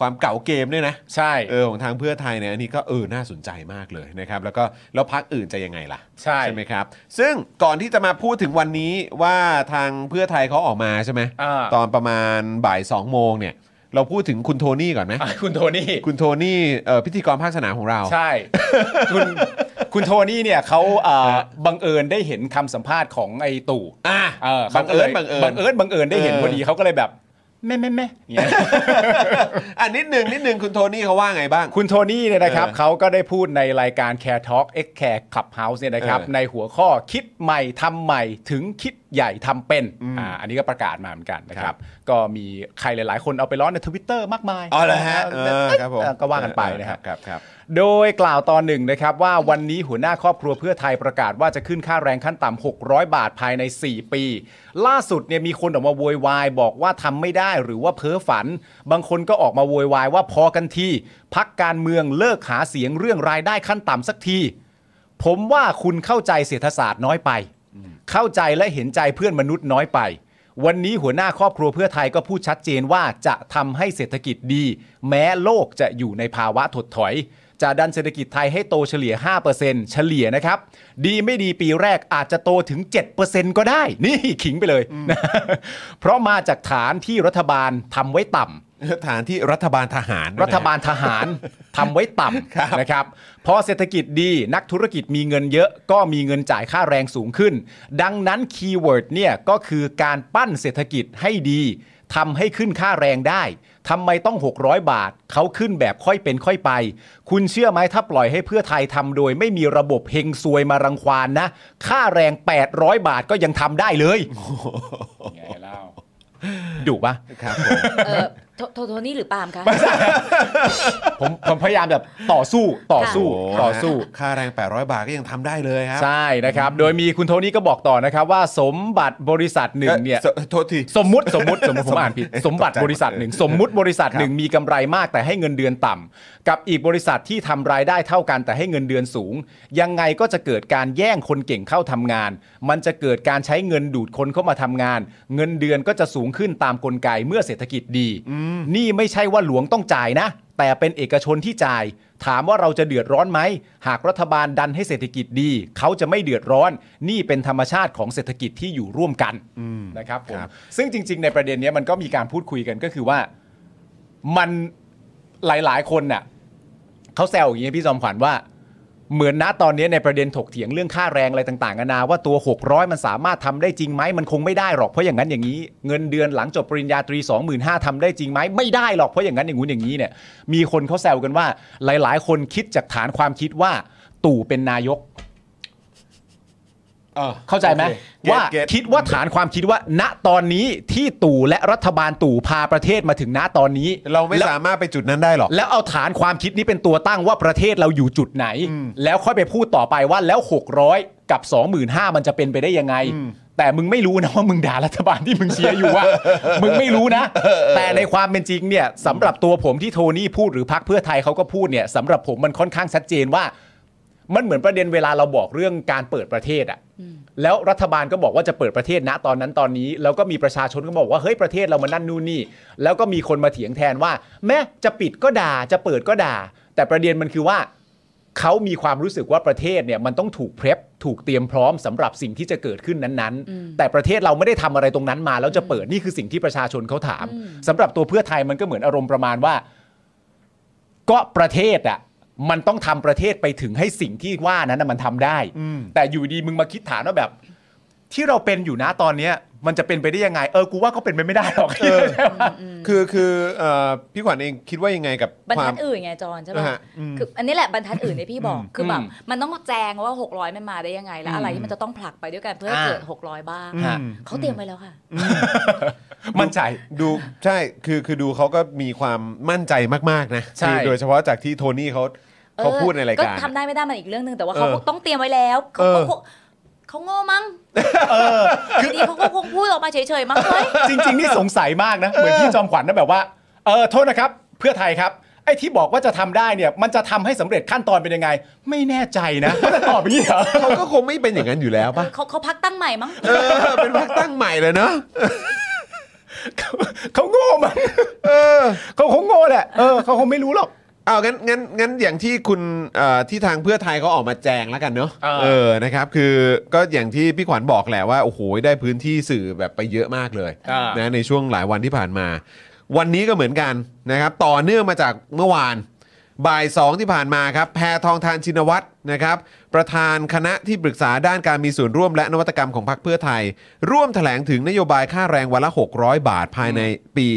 ความเก่าเกมด้วยนะ
ใช่
เออของทางเพื่อไทยเนี่ยอันนี้ก็เออน่าสนใจมากเลยนะครับ แล้วก็แล้วพักอื่นจะยังไงล่ะ
ใช่
ไหมครับ ซึ่งก่อนที่จะมาพูดถึงวันนี้ว่าทางเพื่อไทยเขาออกมาใช่ไหม
อ่า
ตอนประมาณบ่าย2โมงเนี่ย เราพูดถึงคุณโทนี่ก่อนไหม
อ่ะคุณโทนี่
คุณโทนี่เอ่อพิธีกรภาคสนามของเรา
ใช่ คุณ คุณ คุณโทนี่เนี่ยเขาเอ่อบังเอิญได้เห็นคำสัมภาษณ์ของไอ้ตู่
อ่ะ
เออ
บั
ขาง ก็
เอิ
ล
ญ
ย
บังเอิ
บั
ญ
งเอิญบังเอิญได้เห็นพอดีเขาก็เลยแบบแม่แม่แม่เนี่ย
อ่ะนิดหนึ่งนิดหนึ่งคุณโทนี่เขาว่าไงบ้าง
คุณโทนี่เนี่ยนะครับ
เออ
เขาก็ได้พูดในรายการ Care Talk X Care Clubhouse เนี่ยนะครับ
เออ
ในหัวข้อคิดใหม่ทำใหม่ถึงคิดใหญ่ทำเป็นอ่าอันนี้ก็ประกาศมาเหมือนกันนะค
ครั
รั
บบ
ก็มีใครหลาย ๆ คนเอาไปล้อในทวิตเตอร์มากมาย
อ๋อเหรอฮะเออครับผม
ก็ว่ากันไปนะครับ
ครับครับ
โดยกล่าวตอนหนึ่งนะครับว่าวันนี้หัวหน้าครอบครัวเพื่อไทยประกาศว่าจะขึ้นค่าแรงขั้นต่ำ 600 บาทภายใน 4 ปี ล่าสุดเนี่ยมีคนออกมาโวยวายบอกว่าทำไม่ได้หรือว่าเพ้อฝัน บางคนก็ออกมาโวยวายว่าพอกันทีพักการเมืองเลิกหาเสียงเรื่องรายได้ขั้นต่ำสักที ผมว่าคุณเข้าใจเศรษฐศาสตร์น้อยไป เข้าใจและเห็นใจเพื่อนมนุษย์น้อยไป วันนี้หัวหน้าครอบครัวเพื่อไทยก็พูดชัดเจนว่าจะทำให้เศรษฐกิจดี แม้โลกจะอยู่ในภาวะถดถอย จะดันเศรษฐกิจไทยให้โตเฉลี่ย 5%เฉลี่ยนะครับ ดีไม่ดีปีแรกอาจจะโตถึง 7%ก็ได้ นี่ ขิงไปเลยนะ เพราะมาจากฐานที่รัฐบาลทำไว้ต่ำ
ฐานที่รัฐบาลทหารด้วยนะ
รัฐบาลท หาร ทำไว้ต่
ครับ
ำนะครับ พอเศรษฐกิจดีนักธุรกิจมีเงินเยอะก็มีเงินจ่ายค่าแรงสูงขึ้น ดังนั้นคีย์เวิร์ดเนี่ยก็คือการปั้นเศรษฐกิจให้ดีทำให้ขึ้นค่าแรงได้ทำไมต้อง 600 บาทเขาขึ้นแบบค่อยเป็นค่อยไป คุณเชื่อไหมถ้าปล่อยให้เพื่อไทยทำโดย ไม่มีระบบเฮงซวยมารังควานนะ ค่าแรง 800 บาทก็ยังทำได้เลยไงเล่าดุปะ
ครับผม
เออโทโทโทนี่หรือปาล์มคะ
ผมผมพยายามแบบต่อสู้ต่อสู้
โโห
ต่อสู้
ค่าแรง 800 บาทก็ยังทำได้เลยครั
ใช่นะครับ โดยมีคุณโทนี่ก็บอกต่อนะครับว่าสมบัติบริษัทหนึ่งเนี่ย
อ่อโทษที
สมมติสมมติสมมติผมอ่านผิ ด สมบัติ
ตกใจหมด
บริษัทหนึ่งสมมุติบริษัทหนึ่งมีกำไรมากแต่ให้เงินเดือนต่ำกับอีกบริษัทที่ทำรายได้เท่ากันแต่ให้เงินเดือนสูง ยังไงก็จะเกิดการแย่งคนเก่งเข้าทำงาน มันจะเกิดการใช้เงินดูดคนเข้ามาทำงาน เงินเดือนก็จะสูงขึ้นตามกลไกเมื่อเศรษฐกิจดี นี่ไม่ใช่ว่าหลวงต้องจ่ายนะ แต่เป็นเอกชนที่จ่าย ถามว่าเราจะเดือดร้อนไหม หากรัฐบาลดันให้เศรษฐกิจดี เขาจะไม่เดือดร้อน นี่เป็นธรรมชาติของเศรษฐกิจที่อยู่ร่วมกันนะครับผม
ครับ
ซึ่งจริง ๆ ในประเด็นเนี้ยมันก็มีการพูดคุยกันก็คือว่ามันหลายๆ คนน่ะเขาแซวอย่างนี้ยพี่จอมขวัญว่า เหมือนนะตอนเนี้ยในประเด็นถกเถียงเรื่องค่าแรงอะไรต่างๆนานาว่าตัว 600 มันสามารถทำได้จริงไหมมันคงไม่ได้หรอกเพราะอย่างนั้นอย่างนี้ เงินเดือนหลังจบปริญญาตรี 25,000ทำได้จริงไหมไม่ได้หรอกเพราะอย่างนั้นอย่างงู้นอย่างนี้เนี่ย มีคนเขาแซวกันว่า หลาย ๆ คนคิดจากฐานความคิดว่าตู่เป็นนายก
ออ
เข้าใจไหม
โอค
ว่า
เก็ตเก็ต
คิดว่าฐานความคิดว่า ณตอนนี้ที่ตู่และรัฐบาลตู่พาประเทศมาถึงณตอนนี้
เราไม่
แล้ว
สามารถไปจุดนั้นได้หรอก
แล้วเอาฐานความคิดนี้เป็นตัวตั้งว่าประเทศเราอยู่จุดไหน แล้วค่อยไปพูดต่อไปว่าแล้ว 600 กับ 25,000 มันจะเป็นไปได้ยังไง แต่มึงไม่รู้นะว่ามึงด่ารัฐบาลที่มึงเชียร์อยู่ ว่า มึงไม่รู้นะ แต่ในความเป็นจริงเนี่ยสำหรับตัวผมที่โทนี่พูดหรือพักเพื่อไทยเขาก็พูดเนี่ยสำหรับผมมันค่อนข้างชัดเจนว่า มันเหมือนประเด็นเวลาเราบอกเรื่องการเปิดประเทศอะแล้วรัฐบาลก็บอกว่าจะเปิดประเทศนะตอนนั้นตอนนี้ แล้วก็มีประชาชนก็บอกว่าเฮ้ยประเทศเรามันนั่นนู่นนี่ แล้วก็มีคนมาเถียงแทนว่า แม้จะปิดก็ด่าจะเปิดก็ด่า แต่ประเด็นมันคือว่า เขามีความรู้สึกว่าประเทศเนี่ยมันต้องถูกเพร p ถูกเตรียมพร้อมสำหรับสิ่งที่จะเกิดขึ้นนั้นๆ แต่ประเทศเราไม่ได้ทำอะไรตรงนั้นมา แล้วจะเปิดนี่คือสิ่งที่ประชาชนเขาถามสำหรับตัวเพื่อไทยมันก็เหมือนอารมณ์ประมาณว่า ก็ประเทศอ่ะมันต้องทำประเทศไปถึงให้สิ่งที่ว่านั้นนะมันทำได้ แต่อยู่ดีมึงมาคิดฐานว่าแบบ ที่เราเป็นอยู่นะตอนเนี้ย มันจะเป็นไปได้ยังไง เออกูว่าก็เป็นไปไม่ได้หรอก
เอ อ คือคือเอ่อพี่ขวัญเองคิดว่ายังไงกับบ
รร
ควา
ทั
ม
ดอื่นไงจอนใช่ป่ะ
นะฮะอืม
คืออันนี้แหละบรรทัดอื่นที่พี่บอก คือแบบ
อืม
มันต้องแจงว่า 600มันมาได้ยังไง และอะไรที่มันจะต้องผลักไปด้วยกันเพื่อให้
อ่า
เกิด 600 บ้าง
ฮะ
เขาเตรียมไว้แล้วค่ะ
มั่นใจ
ดูใช่คือคือดูเขาก็มีความมั่นใจมากๆนะ
ใช่
คือโดยเฉพาะจากที่โทนี่เขา
ออ
เขาพูดในรายการ
ทำได้ไม่ได้มันอีกเรื่องหนึ่งแต่ว่าเขา
เออ
ก็ต้องเตรียมไว้แล้วเขา
เอ
ก็
อ
คงเขาโง่มั้งคือดีเขาก็คงพูดออกมาเฉยๆมั้งเฮ้ย
จริงๆนี่สงสัยมากนะ เหมือนพี่จอมขวัญนะแบบว่าเออโทษนะครับ เพื่อไทยครับ ไอ้ที่บอกว่าจะทำได้เนี่ย มันจะทำให้สำเร็จขั้นตอนเป็นยังไง ไม่แน่ใจนะเขาจะตอบอย่างนี้เหรอ
เขาก็คงไม่เป็นอย่างนั้นอยู่แล้วป่ะ
เขาเขาพักตั้งใหม่มั้ง
เออเป็นพักตั้งใหม่เลยเนอะ
เขาโง่มัน
เออ
เขาคงโง่แหละเออเขาคงไม่รู้หรอก
เอางั้นงั้นงั้นอย่างที่คุณเอ่อที่ทางเพื่อไทยเขาออกมาแจงแล้วกันเนอะ
เออ
เออนะครับ คือก็อย่างที่พี่ขวัญบอกแหละว่าโอ้โหได้พื้นที่สื่อแบบไปเยอะมากเลยนะในช่วงหลายวันที่ผ่านมา วันนี้ก็เหมือนกันนะครับ ต่อเนื่องมาจากเมื่อวาน บ่าย 2 ที่ผ่านมาครับแพทองทานชินวัตรนะครับ ประธานคณะที่ปรึกษาด้านการมีส่วนร่วมและนวัตกรรมของพรรคเพื่อไทย ร่วมแถลงถึงนโยบายค่าแรงวันละ 600 บาทภายในปี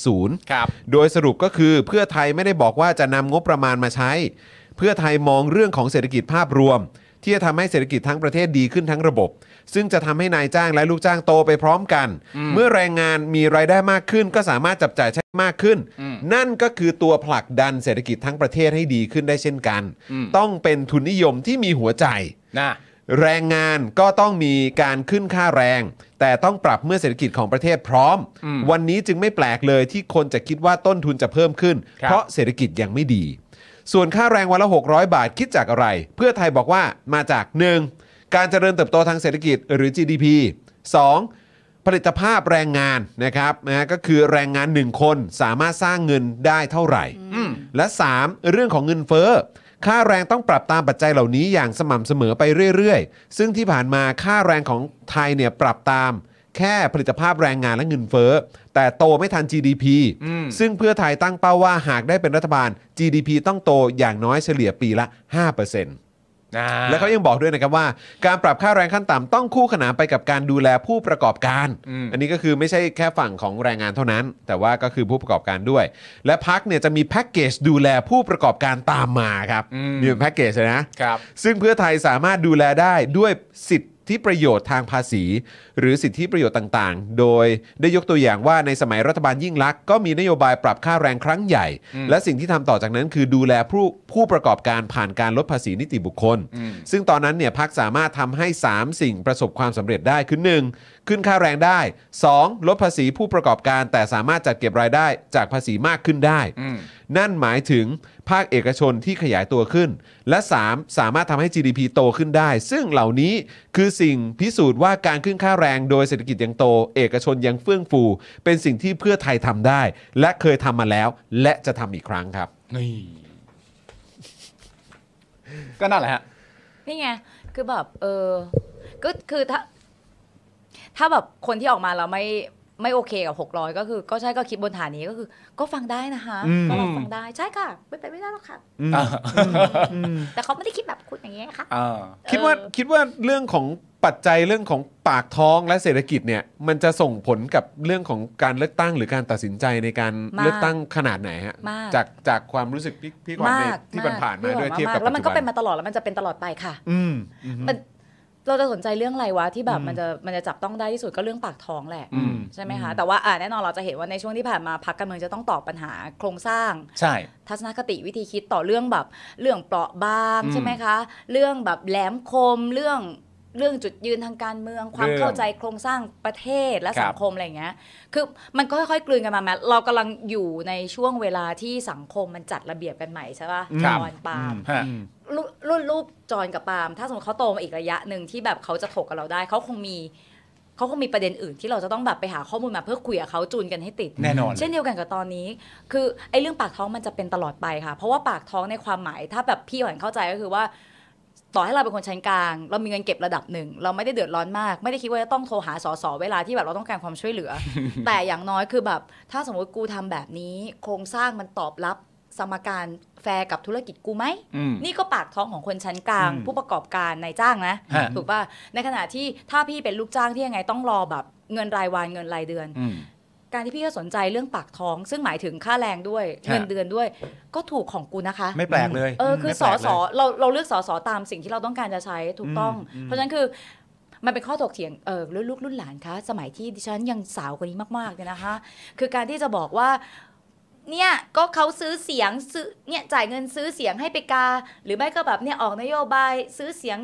70
ครับ
โดยสรุปก็คือเพื่อไทยไม่ได้บอกว่าจะนำงบประมาณมาใช้ เพื่อไทยมองเรื่องของเศรษฐกิจภาพรวม ที่จะทำให้เศรษฐกิจทั้งประเทศดีขึ้นทั้งระบบ ซึ่งจะทำให้นายจ้างและลูกจ้างโตไปพร้อมกัน เมื่อแรงงานมีรายได้มากขึ้น ก็สามารถจับจ่ายใช้มากขึ้น นั่นก็คือตัวผลักดันเศรษฐกิจทั้งประเทศให้ดีขึ้นได้เช่นกัน
อืม
ต้องเป็นทุนนิยมที่มีหัวใจ
นะ
แรงงานก็ต้องมีการขึ้นค่าแรง แต่ต้องปรับเมื่อเศรษฐกิจของประเทศพร้อม
อืม
วันนี้จึงไม่แปลกเลยที่คนจะคิดว่าต้นทุนจะเพิ่มขึ้น
ครับ
เพราะเศรษฐกิจยังไม่ดี ส่วนค่าแรงวันละ 600 บาทคิดจากอะไร เพื่อไทยบอกว่ามาจาก 1. การเจริญเติบโตทางเศรษฐกิจหรือ GDP 2. ผลิตภาพแรงงานนะครับนะฮะก็คือแรงงาน 1 คนสามารถสร้างเงินได้เท่าไหร่ และ 3. เรื่องของเงินเฟ้อ ค่าแรงต้องปรับตามปัจจัยเหล่านี้อย่างสม่ำเสมอไปเรื่อยๆ ซึ่งที่ผ่านมาค่าแรงของไทยเนี่ยปรับตาม แค่ผลิตภาพแรงงานและเงินเฟ้อ แต่โตไม่ทัน GDP
อืม
ซึ่งเพื่อไทยตั้งเป้าว่าหากได้เป็นรัฐบาล GDP ต้องโตอย่างน้อยเฉลี่ยปีละ 5%
นะ
และเขายังบอกด้วยนะครับว่า การปรับค่าแรงขั้นต่ำต้องคู่ขนานไปกับการดูแลผู้ประกอบการ
อืม
อันนี้ก็คือไม่ใช่แค่ฝั่งของแรงงานเท่านั้น แต่ว่าก็คือผู้ประกอบการด้วย และพักเนี่ยจะมีแพ็กเกจดูแลผู้ประกอบการตามมาครับมีเป็นแพ็กเกจเลยนะ
ครับ
ซึ่งเพื่อไทยสามารถดูแลได้ด้วยสิทธิประโยชน์ทางภาษี หรือสิทธิประโยชน์ต่างๆ โดยได้ยกตัวอย่างว่าในสมัยรัฐบาลยิ่งลักษณ์ก็มีนโยบายปรับค่าแรงครั้งใหญ่ และสิ่งที่ทำต่อจากนั้นคือดูแลผู้ผู้ประกอบการผ่านการลดภาษีนิติบุคคล ซึ่งตอนนั้นเนี่ยพักสามารถทำให้ 3 สิ่งประสบความสำเร็จได้คือหนึ่งขึ้นค่าแรงได้ 2. ลดภาษีผู้ประกอบการ แต่สามารถจัดเก็บรายได้จากภาษีมากขึ้นได้ นั่นหมายถึงภาคเอกชนที่ขยายตัวขึ้น และ 3. สามารถทำให้ GDP โตขึ้นได้ ซึ่งเหล่านี้คือสิ่งพิสูจน์ว่าการขึ้นค่าแรงโดยเศรษฐกิจยังโต เอกชนยังเฟื่องฟู เป็นสิ่งที่เพื่อไทยทำได้ และเคยทำมาแล้ว และจะทำอีกครั้งครับ
นี่ก็นั่นแหละฮะ
นี่ไง คือแบบ เออ ก็คือถ้า ถ้าแบบคนที่ออกมาแล้วไม่ไม่โอเคกับ 600 ก็คือ ก็ใช่ก็คิดบนฐานนี้ก็คือ ก็ฟังได้นะคะ
อืม
ก็ลองฟังได้ใช่ค่ะ ไม่ไปนไม่ได้หรอกค่ะ แต่เขาไม่ได้คิดแบบคุณอย่างเงี้ยค่ะ
อ่า
คิดว่า
เออ
คิดว่าเรื่องของปัจจัยเรื่องของปากท้องและเศรษฐกิจเนี่ยมันจะส่งผลกับเรื่องของการเลือกตั้งหรือการตัดสินใจในการ
มาก
เลือกตั้งขนาดไหนฮะ
มาก
จากจากความรู้สึกพี่พี่กวางในที่ผ่านๆมาด้วยเทียบกับ
แล้วมันก็เป็น
ปัจจุบั
มาตลอดแล้วมันจะเป็นตลอดไปค่ะ
อืม
มันเราจะสนใจเรื่องอะไรวะที่แบบมันจะมันจะจับต้องได้ที่สุดก็เรื่องปากท้องแหละ
อืม
ใช่ไหมคะ แต่ว่าอ่ะแน่นอนเราจะเห็นว่าในช่วงที่ผ่านมาพักการเมืองจะต้องตอบปัญหาโครงสร้าง
ใช่
ทัศนคติวิธีคิดต่อเรื่องแบบเรื่องเปราะบาง
อืม
ใช่ไหมคะ เรื่องแบบแหลมคมเรื่องเรื่องจุดยืนทางการเมือง ความ
เรื่อง
เข้าใจโครงสร้างประเทศและ
ครับ
สังคมอะไรอย่างเงี้ยคือมันก็ค่อยๆกลืนกันมาแม้เรากำลังอยู่ในช่วงเวลาที่สังคมมันจัดระเบียบกันใหม่ใช่ป่ะ
ครับ
จอนปาล์ม
ฮะ
รุ่นรุ่นลูกจอนกับปาล์มถ้าสมมติเขาโตมาอีกระยะหนึ่งที่แบบเขาจะถกกับเราได้เขาคงมีเขาคงมีประเด็นอื่นที่เราจะต้องแบบไปหาข้อมูลมาเพื่อคุยกับเขาจูนกันให้ติด
แน่นอน
เช่นเดียวกันกับตอนนี้ คือไอ้เรื่องปากท้องมันจะเป็นตลอดไปค่ะ เพราะว่าปากท้องในความหมายถ้าแบบพี่หวันเข้าใจก็คือว่า ต่อให้เราเป็นคนชั้นกลาง เรามีเงินเก็บระดับหนึ่ง เราไม่ได้เดือดร้อนมาก ไม่ได้คิดว่าจะต้องโทรหาสอสอเวลาที่แบบเราต้องการความช่วยเหลื อ แต่อย่างน้อยคือแบบ ถ้าสมมติกูทำแบบนี้ โครงสร้างมันตอบรับสมการแฟร์กับธุรกิจกูไหม
อืม
นี่ก็ปากท้องของคนชั้นกลาง
อืม
ผู้ประกอบการนายจ้างนะ
ฮะ
ถูกป่ะ ในขณะที่ถ้าพี่เป็นลูกจ้างที่ยังไงต้องรอแบบเงินรายวันเงินรายเดือน
อืม
การที่พี่ก็สนใจเรื่องปากท้อง ซึ่งหมายถึงค่าแรงด้วย
ฮะ
เงินเดือนด้วย ก็ถูกของกูนะคะ
ไม่แปลกเลย
เออคือ
ไม่
ส
แปล
อก
เลย
สอเราเราเลือกสอสอตามสิ่งที่เราต้องการจะใช้ถูกต้อง
อืม
เพราะฉะนั้นคือมันเป็นข้อถกเถียงเออรุ่นลูกรุ่นหลานคะสมัยที่ดิฉันยังสาวกว่านี้มากๆเนี่ยนะคะ คือการที่จะบอกว่า เนี่ยก็เขาซื้อเสียงซื้อเนี่ยจ่ายเงินซื้อเสียงให้ไปกา หรือไม่ก็แบบเนี่ยออกนโยบายซื้อเสียง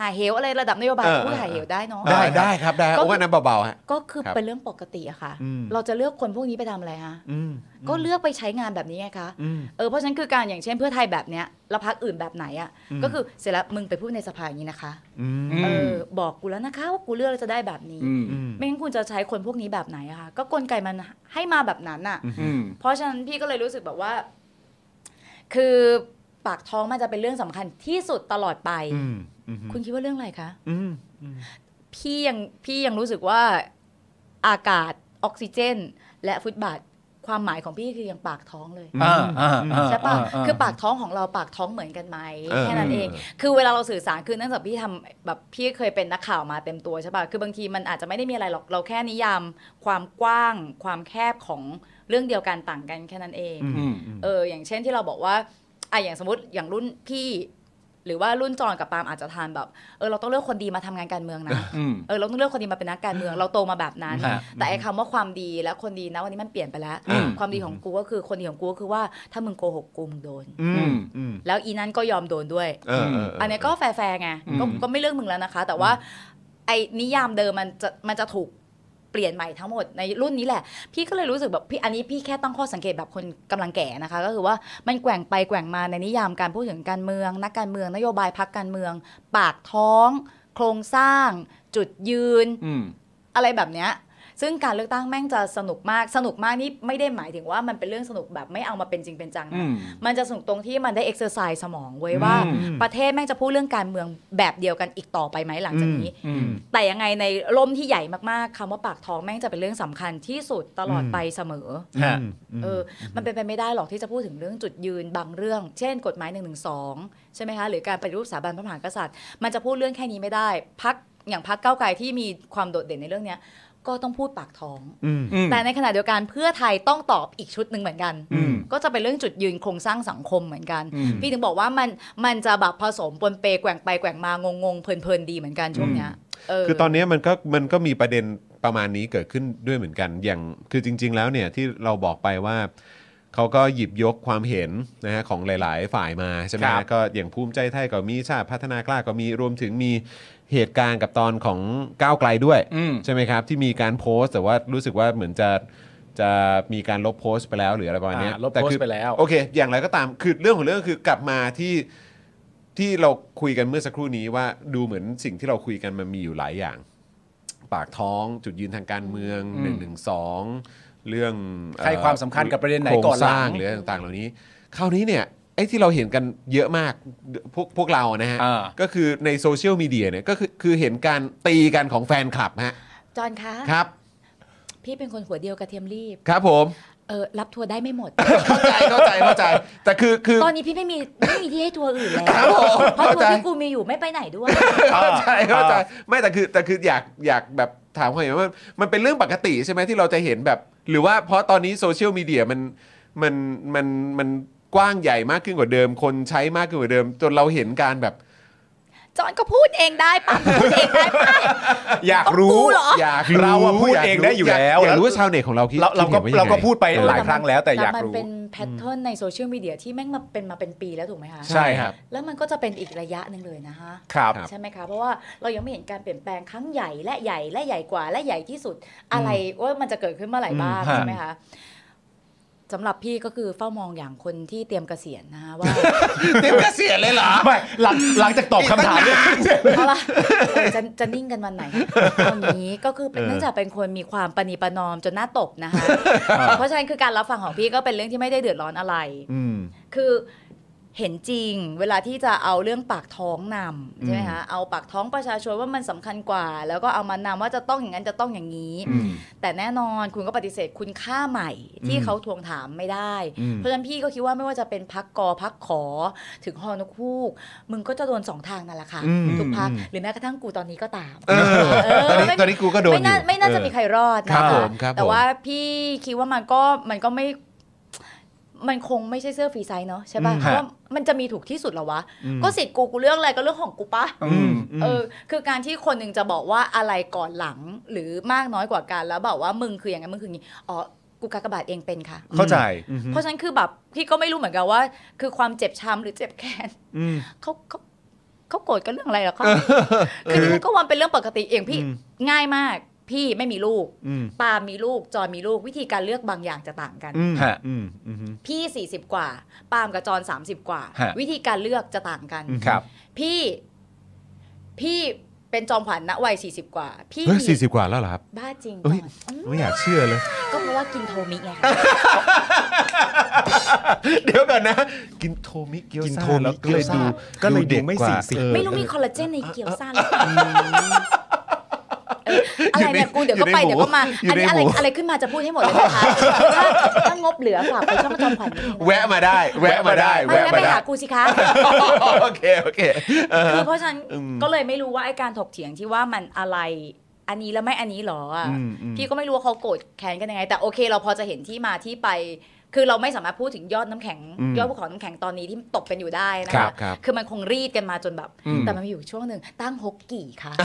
หาเหวอะไรระดับนโยบาย
เออ
พูด
เออ
หาเหวได้เนาะ
ได้ได้ครับได้
ก็
โอ้อันนั้นเบาๆฮะ
ก็คือ
ครับ
เป็นเรื่องปกติอะค่ะ
อืม
เราจะเลือกคนพวกนี้ไปทำอะไรฮะ
อืม
ก็เลือกไปใช้งานแบบนี้ไงคะ
อืม
เออ เพราะฉะนั้นคือการอย่างเช่นเพื่อไทยแบบเนี้ยแล้วพักอื่นแบบไหนอะก็คือเสร็จแล้วมึงไปพูดในสภาอย่างนี้นะคะ
อืม
ม
เออ บอกกูแล้วนะคะว่ากูเลือกแล้วจะได้แบบนี้
อืม
อืม
ไม่งั้นคุณจะใช้คนพวกนี้แบบไหนอะคะ ก็กลไกมันให้มาแบบนั้นอะ
อืม
เพราะฉะนั้นพี่ก็เลยรู้สึกแบบว่า คือปากท้องมันจะเป็นเรื่องสำคัญที่สุดตลอดไป คุณคิดว่าเรื่องอะไรคะ พี่ยังพี่ยังรู้สึกว่าอากาศออกซิเจน และฟุตบาท ความหมายของพี่คือยังปากท้องเลย
อ่าอ่าอ่า
ใช่ปะ
าา
คือปากท้องของเราปากท้องเหมือนกันไหม
เออ
แค่นั้นเอง คือเวลาเราสื่อสารคือเนื่องจากพี่ทำแบบพี่เคยเป็นนักข่าวมาเต็มตัวใช่ปะคือบางทีมันอาจจะไม่ได้มีอะไรหรอกเราแค่นิยาม ความกว้าง ความแคบของเรื่องเดียวกันต่างกันแค่นั้นเอง
อืม
เอออย่างเช่นที่เราบอกว่าอ่ะอย่างสมมติอย่างรุ่นพี่ หรือว่ารุ่นจอนกับปาล์มอาจจะทานแบบเออเราต้องเลือกคนดีมาทำงานการเมืองนะ
อืม
เออเราต้องเลือกคนดีมาเป็นนักการเมืองเราโตมาแบบนั้น
ครับ
แต่ไอ้คำว่าความดีและคนดีนะวันนี้มันเปลี่ยนไปแล้ว
อืม
ความดีของกูก็คือคนดีของกูก็คือว่าถ้ามึงโกหกกูมึงโดน
อืมอืม
แล้วอีนั้นก็ยอมโดนด้วย
เออเออเออ
อั
อั
นเนี้ยก็แฟร์ๆไงก็
อืม
ก็ไม่เลือกมึงแล้วนะคะ แต่ว่าไอ้นิยามเดิมมันจะมันจะถูกเปลี่ยนใหม่ทั้งหมดในรุ่นนี้แหละ พี่ก็เลยรู้สึกแบบพี่อันนี้พี่แค่ตั้งข้อสังเกตแบบคนกำลังแก่นะคะ ก็คือว่ามันแกว่งไปแกว่งมาในนิยามการพูดถึงการเมือง นักการเมืองนโยบายพักการเมือง ปากท้อง โครงสร้าง จุดยืน
อืม
อะไรแบบเนี้ย ซึ่งการเลือกตั้งแม่งจะสนุกมาก สนุกมากนี่ไม่ได้หมายถึงว่ามันเป็นเรื่องสนุกแบบไม่เอามาเป็นจริงเป็นจัง
อื
นะ
ม
มันจะสนุกตรงที่มันได้เอ็กซ์เซอร์ไซส์สมองเว้ยว่า
อืม
ประเทศแม่งจะพูดเรื่องการเมืองแบบเดียวกันอีกต่อไปไหมหลังจากนี้
อืม
แต่ยังไงในร่มที่ใหญ่มากๆคำว่าปากท้องแม่งจะเป็นเรื่องสำคัญที่สุดตลอดไปเสมอ
ฮะ
อเออมันเป็นไปไม่ได้หรอกที่จะพูดถึงเรื่องจุดยืนบางเรื่อง เช่น กฎหมาย1นึใช่ไหมคะหรือการปฏิรูปสถาบันพระมหากษัตริย์ มันจะพูดเรื่องแค่นี้ไม่ได้พักอย่างพักเก้าวไกลที่มีความโดดเด่นในเรื่องเนี้ยก็ต้องพูดปากท้อง
อืม
แต่ในขณะเดียวกันเพื่อไทยต้องตอบอีกชุดหนึ่งเหมือนกัน
อืม
ก็จะเป็นเรื่องจุดยืนโครงสร้างสังคมเหมือนกัน
อืม
พี่ถึงบอกว่ามันมันจะแบบผสมปนเปแกว่งไปแกว่งมางงงๆเพลินๆดีเหมือนกันช่วงเนี้ยเ
คือตอนนี้มันก็มันก็มีประเด็นประมาณนี้เกิดขึ้นด้วยเหมือนกันอย่างคือจริง ๆ แล้วเนี่ยที่เราบอกไปว่าเขาก็หยิบยกความเห็นนะฮะของหลาย ๆ ฝ่ายมาใช่ไหม
ครั
ฮะ
บ
ก็อย่างภูมิใจไทยก็มีชาติพัฒนากล้าก็มีรวมถึงมีเหตุการณ์กับตอนของก้าวไกลด้วย
อืม
ใช่ไหมครับ ที่มีการโพสต์แต่ว่ารู้สึกว่าเหมือนจะจะมีการลบโพสต์ไปแล้วหรืออะไรประมาณเนี้ย
อ่าลบ
แต่
โพส
คือ
ต์ไปแล้ว
โอเค อย่างไรก็ตาม คือเรื่องของเรื่องคือกลับมาที่ที่เราคุยกันเมื่อสักครู่นี้ว่าดูเหมือนสิ่งที่เราคุยกันมันมีอยู่หลายอย่าง ปากท้องจุดยืนทางการเมือง
อืม
หนึ่งหนึ่งสองเรื่องเอ่อ
ให้ความสำคัญกับประเด็นไหน
โคง
ก่อนหลั
ส
ง
ร้างหรืออะไรต่างๆ เหล่านี้ คราวนี้เนี่ยไอ้ที่เราเห็นกันเยอะมากพวกพวกเรานะฮะ
อ่า
ก็คือในโซเชียลมีเดียเนี่ยก็คือคือเห็นการตีกันของแฟนคลับฮะ
จอนคะ
ครับ
พี่เป็นคนหัวเดียวกระเทียมรีบ
ครับผม
เออรับทัวร์ได้ไม่หมด
เข้าใจเข้าใจเข้าใจ แต่คือคือ
ตอนนี้พี่ไม่มีไม่มีที่ให้ทัวร์อื่นแล้ว
ครับผม
เพราะทั
เข้า
ว
ใจ
ร์ที่กูมีอยู่ไม่ไปไหนด้วย
เข้าใจเข้าใจ
อ่า
ไม่แต่คือแต่คืออยากอยากแบบถามความเห็นว่ามันมันเป็นเรื่องปกติใช่ไหมที่เราจะเห็นแบบ หรือว่าเพราะตอนนี้โซเชียลมีเดียมันมันมันมันกว้างใหญ่มากขึ้นกว่าเดิม คนใช้มากขึ้นกว่าเดิม จนเราเห็นการแบบ
จอนก็พูดเองได้ปะพูดเองได้ปะ
อยากรู้
ต้องกูเหรอ
อยากรู้
เราอะพูด
ยาก
เอง
รู้
ได้อยู่
าก
แล้ว
อยากรู้ว่าชาวเน็ตของเราคิด
เราเราก็
คิดห็นว่ยังไง
เราก็พูดไปหลาย
เออ
ครั้งแล้วแต่อยาก
มัน
รู้
เป็นแพทเทิร์นในโซเชียลมีเดียที่แม่งมาเป็นมาเป็นปีแล้วถูกไหมคะ
ใช่ครับ
แล้วมันก็จะเป็นอีกระยะหนึ่งเลยนะฮะ
ครับ
ครับ
ใช่ไหมคะ เพราะว่าเรายังไม่เห็นการเปลี่ยนแปลงครั้งใหญ่และใหญ่และใหญ่กว่าและใหญ่ที่สุดอะไรว่ามันจะเกิดขึ้นเมื่อไหร่บ้าง
อืมฮะ
ใช่ไหมคะสำหรับพี่ก็คือเฝ้ามองอย่างคนที่เตรียมเกษียณนะคะว่า
เต็มเกษียณเลยเหรอ
ไม่หลังหลังจากตอบคำถามเนี่ย
เอา ล่ะเออจะจะนิ่งกันวันไหนตอนนี้ก็คือเป็นเนื่องจากเป็นคนมีความปณีประนอมจนหน้าตบนะคะเพราะฉะนั้นคือการรับฟังของพี่ก็เป็นเรื่องที่ไม่ได้เดือดร้อนอะไร
อืม
คือเห็นจริงเวลาที่จะเอาเรื่องปากท้องนำใช่ไหมคะเอาปากท้องประชาชนว่ามันสำคัญกว่า แล้วก็เอามานำว่าจะต้องอย่างนั้นจะต้องอย่างนี้
อืม
แต่แน่นอนคุณก็ปฏิเสธคุณค่าใหม่ที่เขาทวงถามไม่ได้
อืม
เพราะฉะนั้นพี่ก็คิดว่าไม่ว่าจะเป็นพักกอพักขอ ถึงฮอนกฮูกมึงก็จะโดนสองทางนั่นแหละค่ะทุกพักหรือแม้กระทั่งกูตอนนี้ก็ตาม
เออตอนนี้
เไม่
ตอนนี้กูก็โดนอ
ไม่น่า
ยู่
ไม่น่าจะ
เออ
มีใครรอด
ครับ
นะ
ผ
คะ
มครับ
แต่
ผม
ว่าพี่คิดว่ามันก็มันก็ไม่ มันคงไม่ใช่เสื้อฟรีไซส์เนาะใช่ป่ะ
อืมฮะ
เพราะมันจะมีถูกที่สุดเหรอวะ ก็สิทธิ์กูกูเรื่องอะไรก็เรื่องของกูปะ
อืม
เออคือการที่คนหนึ่งจะบอกว่าอะไรก่อนหลังหรือมากน้อยกว่ากันแล้วบอกว่ามึงคืออย่างนั้นมึงคืออย่างนี้อ๋อกูกากบาทเองเป็นค่ะ
เข้าใจ
เพราะฉะนั้นคือแบบพี่ก็ไม่รู้เหมือนกันว่า คือความเจ็บช้ำหรือเจ็บแค้นเขาเขาเขาโกรธกันเรื่องอะไรเหรอคะคือนี่มันก็วันเป็นเรื่องปกติเองพี่ง่ายมาก พี่ไม่มีลูกปามีลูกจอนมีลูกวิธีการเลือกบางอย่างจะต่างกัน
ฮะ
พี่ 40 กว่า ปาล์มกับจอน30 กว่า
ฮะ
วิธีการเลือกจะต่างกัน
ครับ
พี่พี่เป็นจอมขวัญณวัย40 กว่า พี่
เฮ้ย
มี
สี่สิบกว่าแล้วเหรอครับ
บ้าจริง
เฮ้ย
ก่อนอืม
ไม่อยากเชื่อเลย
ก็เพราะว่ากินโทมิไง
เดี๋ยวก่อนนะ กินโทมิเกียว
กิน
ซา
โทมิ
แล้วก็เลย
เกี๊ยวซ่า
ดู
ก็เลยดู
ด็ก
ไม่
กว่า
40
เออ
ไม่รู้มีคอลลาเจนในเกี๊ยวซ่าหรือเปล่า เอออะไรเนี่ยกูเดี๋ยวก็ไป
อยู่ในหมู่
เดี๋ยวก็มา
อยู่ใน
อันนี้อะไร
หมู่
อะไรขึ้นมาจะพูดให้หมดเลยนะคะ ถ้าถ้างบเหลือฝากไปช่องจอมขวัญนิดนึงนค
แวะมาได้ แวะมาได้
ไม่แวะ
แวะ
ไป
มาได้
หากูสิ คะ
โอเค โอเคเออ
คือเพราะฉะนั้น
อืม
ก็เลยไม่รู้ว่าไอ้การถกเถียงที่ว่ามันอะไรอันนี้แล้วไม่อันนี้หรออ่ะ
อืมอืม
พี่ก็ไม่รู้ว่าเขาโกรธแค้นกันยังไง แต่โอเคเราพอจะเห็นที่มาที่ไป คือเราไม่สามารถพูดถึงยอดน้ำแข็ง ยอดภูเขาน้ำแข็งตอนนี้ที่ตกกันอยู่ได้นะ
ครั
คะ
บครับ
อมันคงรีดกันมาจนแบบ แต่มันมีอยู่ช่วงหนึ่งตั้งฮกกี่ค่ะ
เอ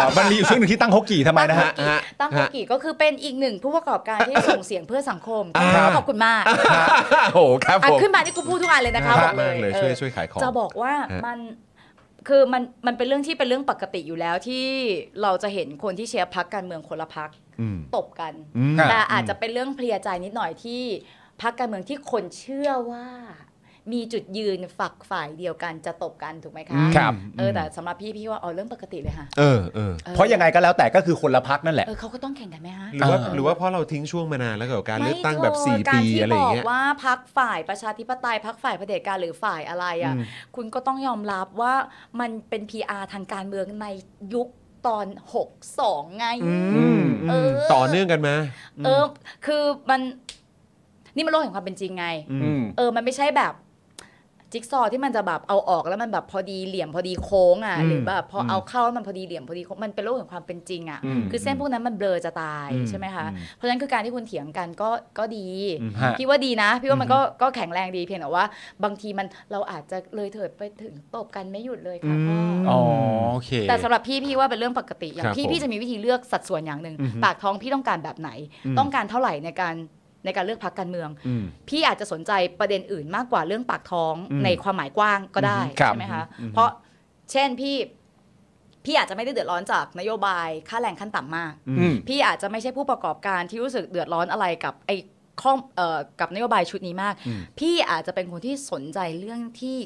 อมันมีอยู่ช่วงหนึ่งที่ตั้งฮกกี่ทำไมนะฮะ
ฮะ
ตั้งฮกกี่ก็คือเป็นอีกหนึ่งผู้ประกอบการที่ส่งเสียงเพื่อสังคม
อ่า
ขอบคุณมาก
โอ้โหครับ
อ่ะ
ผม
ขึ้นมาที่กูพูดทุกอันเลยนะคะ
น่า
บ
รั
อก ก
มากเลย
เออ
ช่วยช่วยขายของ
จะบอกว่า
ฮะ
มันคือมันมันเป็นเรื่องที่เป็นเรื่องปกติอยู่แล้วที่เราจะเห็นคนที่เชียร์พักการเมืองคนละพักตบกัน
ครับ
แต่อาจจะเป็นเรื่องเพลียใจนิดหน่อยที่พักการเมืองที่คนเชื่อว่า มีจุดยืนฝักฝ่ายเดียวกันจะตบกันถูกไหมคะ
ครับ
เออแต่สำหรับพี่พี่ว่าเอาเรื่องปกติเลยค่ะ
เออเออ
เพราะยังไงก็แล้วแต่ก็คือคนละพักนั่นแหละ
เออเขาก็ต้องแข่งกันไหมฮะ
หรือว่า
เออ
หรือว่าเพราะเราทิ้งช่วงมานานแล้วกับการเลือกตั้งแบบ
ไม่เธ
4 ปีอะไรอย่างเงี้
กาย ที่บอกว่าพักฝ่ายประชาธิปไตยพักฝ่ายเผด็จการหรือฝ่ายอะไรอ่ะคุณก็ต้องยอมรับว่ามันเป็น PR ทางการเมืองในยุคตอน 62 ไง
ม
เออ
ต่อเนื่องกันมา
เออ คือมันนี่มันโลกแห่งความเป็นจริงไง
อืม
เออ มันไม่ใช่แบบ จิ๊กซอว์ที่มันจะแบบเอาออกแล้วมันแบบพอดีเหลี่ยมพอดีโค้งอ่ะ
อืม
หรือแบบพอเอาเข้าแล้วมันพอดีเหลี่ยมพอดีโค้งมันเป็นโลกแห่งความเป็นจริงอ่ะ
อืม
คือเส้นพวกนั้นมันเบลอจะตาย
อืม
ใช่ไหมคะ
อืม
เพราะฉะนั้นคือการที่คุณเถียงกันก็ก็ดี
ฮะ
พี่ว่าดีนะ พี่ว่ามันก็ก็แข็งแรงดีเพียงแต่ว่า บางทีมันเราอาจจะเลยเถิดไปถึงตบกันไม่หยุดเลยค่ะพ่ออ
อ๋อโอเค
แต่สำหรับพี่พี่ว่าเป็นเรื่องปกติอย่า
ครั
ง
บ
พี่
ผม
พี่จะมีวิธีเลือกสัดส่วนอย่างหนึ่งปากท้องพี่ต้องการแบบไหน ต้องการเท่าไหร่ในการในการเลือกพักการเมือง พี่อาจจะสนใจประเด็นอื่นมากกว่าเรื่องปากท้องในความหมายกว้างก็ได้
ครับ
ใช่ไหมคะเพราะเช่นพี่พี่อาจจะไม่ได้เดือดร้อนจากนโยบายค่าแรงขั้นต่ำมาก
อืม
พี่อาจจะไม่ใช่ผู้ประกอบการที่รู้สึกเดือดร้อนอะไรกับไอ้ข้อเอ่อกับนโยบายชุดนี้มาก พี่อาจจะเป็นคนที่สนใจเรื่องที่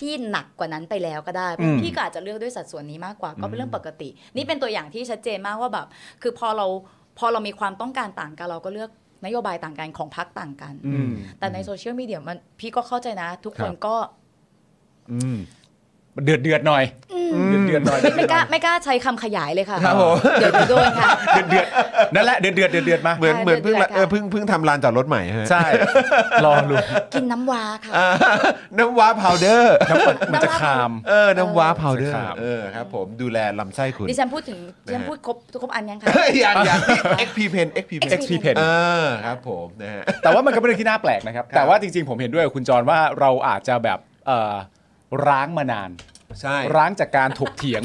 ที่หนักกว่านั้นไปแล้วก็ได้
อืม
พี่ก็อาจจะเลือกด้วยสัดส่วนนี้มากกว่าก็เป็นเรื่องปกติ นี่เป็นตัวอย่างที่ชัดเจนมากว่าแบบ คือพอเราพอเรามีความต้องการต่างกัน เราก็เลือกนโยบายต่างกันของพรรคต่างกัน
อืม
แต่ในโซเชียลมีเดียมันพี่ก็เข้าใจนะ ทุกคน
ครับ
ก็
เดือดเดือดๆหน่อยเดือดเดือดๆหน่อย
ไม่กล้าไม่กล้าใช้คำขยายเลยค่ะ
ครับผม
เดี๋ยวจะโดนค่ะ
เดือดเดือดๆนั่นแหละเดือดเดือดเดือดเดือดๆมา
เหมือน
ใช่
เหมือนเพิ่งละเอ
เดือนเดือน
อเพิ่งเพิ่งทำลานจอดรถใหม่ฮะ
ใช่รอลุง
กินน้ำวาค่ะ
อ่าน้ำว้าพาวเดอร์
น้ำมันมันจะคาม
เออน้ำว้าพาวเดอร์
ครับ
เออครับผมดูแลลำไส้คุณ
ดิฉันพูดถึง
นะฮะ
ดิฉันพูดครบครบอันยัง คะ
เอ้ยอย่างอย่าง XP Pen XP Pen
XP Pen
เออครับผมนะฮะ
แต่ว่ามันก็เป็นเรื่องที่น่าแปลกนะครับ
ครับ
แต่ว่าจริงๆ ผมเห็นด้วยกับคุณจรว่าเราอาจจะแบบเอ่อร้างมานาน
ใช่
ร้างจากการถกเถียง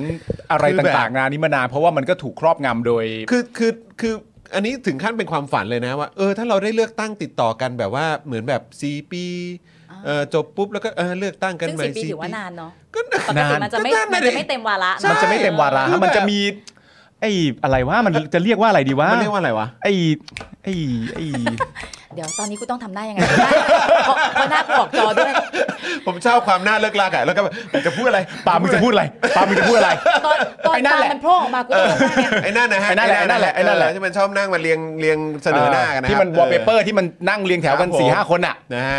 อะไร
คือแบบ
ต่างๆนานี้มานานเพราะว่ามันก็ถูกครอบงำโดย
คือคือคืออันนี้ถึงขั้นเป็นความฝันเลยนะว่าเออถ้าเราได้เลือกตั้งติดต่อกันแบบว่าเหมือนแบบ 4 ปีเออจบปุ๊บแล้วก็เออเลือกตั้งกัน
ซึ่ง
ใหม่
สิปี
สี่
ถือว่านานเนาะ
ก็นาน
ปกติมันจะไม่
ก็นานนะ
มัน
ดิ
จะไม่เต็มวาระ
ใช่
มันจะไม่เต็มวาระ
คือแบบ
มันจะมี ไอ้อะไรว่ามันจะเรียกว่าอะไรดีวะ
มันเรียกว่าอะไรวะ
ไอ้ไอ้ไอ้
เดี๋ยวตอนนี้กูต้องทำหน้ายังไงเพราะเพราะหน้ากูออกจอด้วย
ผมชอบความน่าเลิกลากอะแล้วก็แบบจะพูดอะไร
ปามึงจะพูดอะไรปามึงจะพูดอะไร
ตอนตอน
ไอ้นั่
ตาน
แหละ
มันโผล่ออกมากูต้องทำหน้าไง
ไอ้นั่นนะฮะ
ไอ้นั่นแหละไอ้นั่นแหละไอ้นั่นแหละ
เที่มันชอบนั่งมาเรียงเรียงเสนอหน้ากันนะ
ที่มันวอลเปเปอร์ที่มันนั่งเรียงแถวกันสี่ห้าคนอ่ะ
นะฮะ